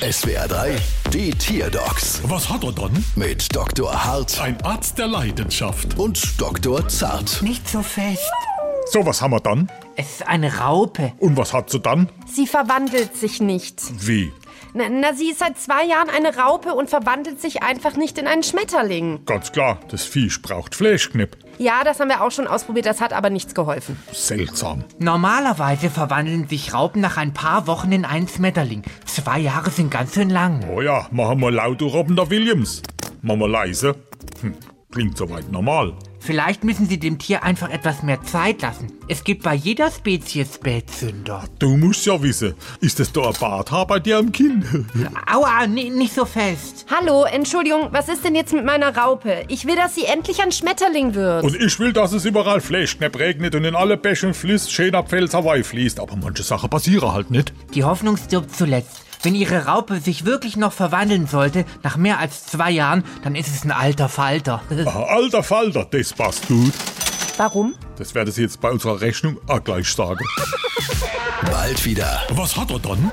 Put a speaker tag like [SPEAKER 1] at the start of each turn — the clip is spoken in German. [SPEAKER 1] SWR 3, die Tierdocs
[SPEAKER 2] Was hat er dann?
[SPEAKER 1] mit Dr. Hart
[SPEAKER 2] Ein Arzt der Leidenschaft.
[SPEAKER 1] und Dr. Zart.
[SPEAKER 3] Nicht so fest.
[SPEAKER 2] So, was haben wir dann?
[SPEAKER 3] Es ist eine Raupe.
[SPEAKER 2] Und was hat sie dann?
[SPEAKER 4] Sie verwandelt sich nicht.
[SPEAKER 2] Wie?
[SPEAKER 4] Na, na, sie ist seit zwei Jahren eine Raupe und verwandelt sich einfach nicht in einen Schmetterling.
[SPEAKER 2] Ganz klar, das Viech braucht Fleischknipp.
[SPEAKER 4] Ja, das haben wir auch schon ausprobiert, das hat aber nichts geholfen.
[SPEAKER 2] Seltsam.
[SPEAKER 3] Normalerweise verwandeln sich Raupen nach ein paar Wochen in einen Schmetterling. Zwei Jahre sind ganz schön lang.
[SPEAKER 2] Oh ja, machen wir laut Robben der Williams. Machen wir leise. Hm, klingt soweit normal.
[SPEAKER 3] Vielleicht müssen Sie dem Tier einfach etwas mehr Zeit lassen. Es gibt bei jeder Spezies Spätzünder.
[SPEAKER 2] Du musst ja wissen, ist das da ein Barthaar bei dir am Kinn?
[SPEAKER 3] Aua, ni- nicht so fest.
[SPEAKER 4] Hallo, Entschuldigung, was ist denn jetzt mit meiner Raupe? Ich will, dass sie endlich ein Schmetterling wird.
[SPEAKER 2] Und ich will, dass es überall Fleischknepp regnet und in alle Bächen fließt, schön ab Pfälzerwei fließt. Aber manche Sachen passieren halt nicht.
[SPEAKER 3] Die Hoffnung stirbt zuletzt. Wenn Ihre Raupe sich wirklich noch verwandeln sollte, nach mehr als zwei Jahren, dann ist es ein alter Falter.
[SPEAKER 2] Ah, alter Falter, das passt gut.
[SPEAKER 4] Warum?
[SPEAKER 2] Das werde ich jetzt bei unserer Rechnung auch gleich sagen.
[SPEAKER 1] Bald wieder.
[SPEAKER 2] Was hat er dann?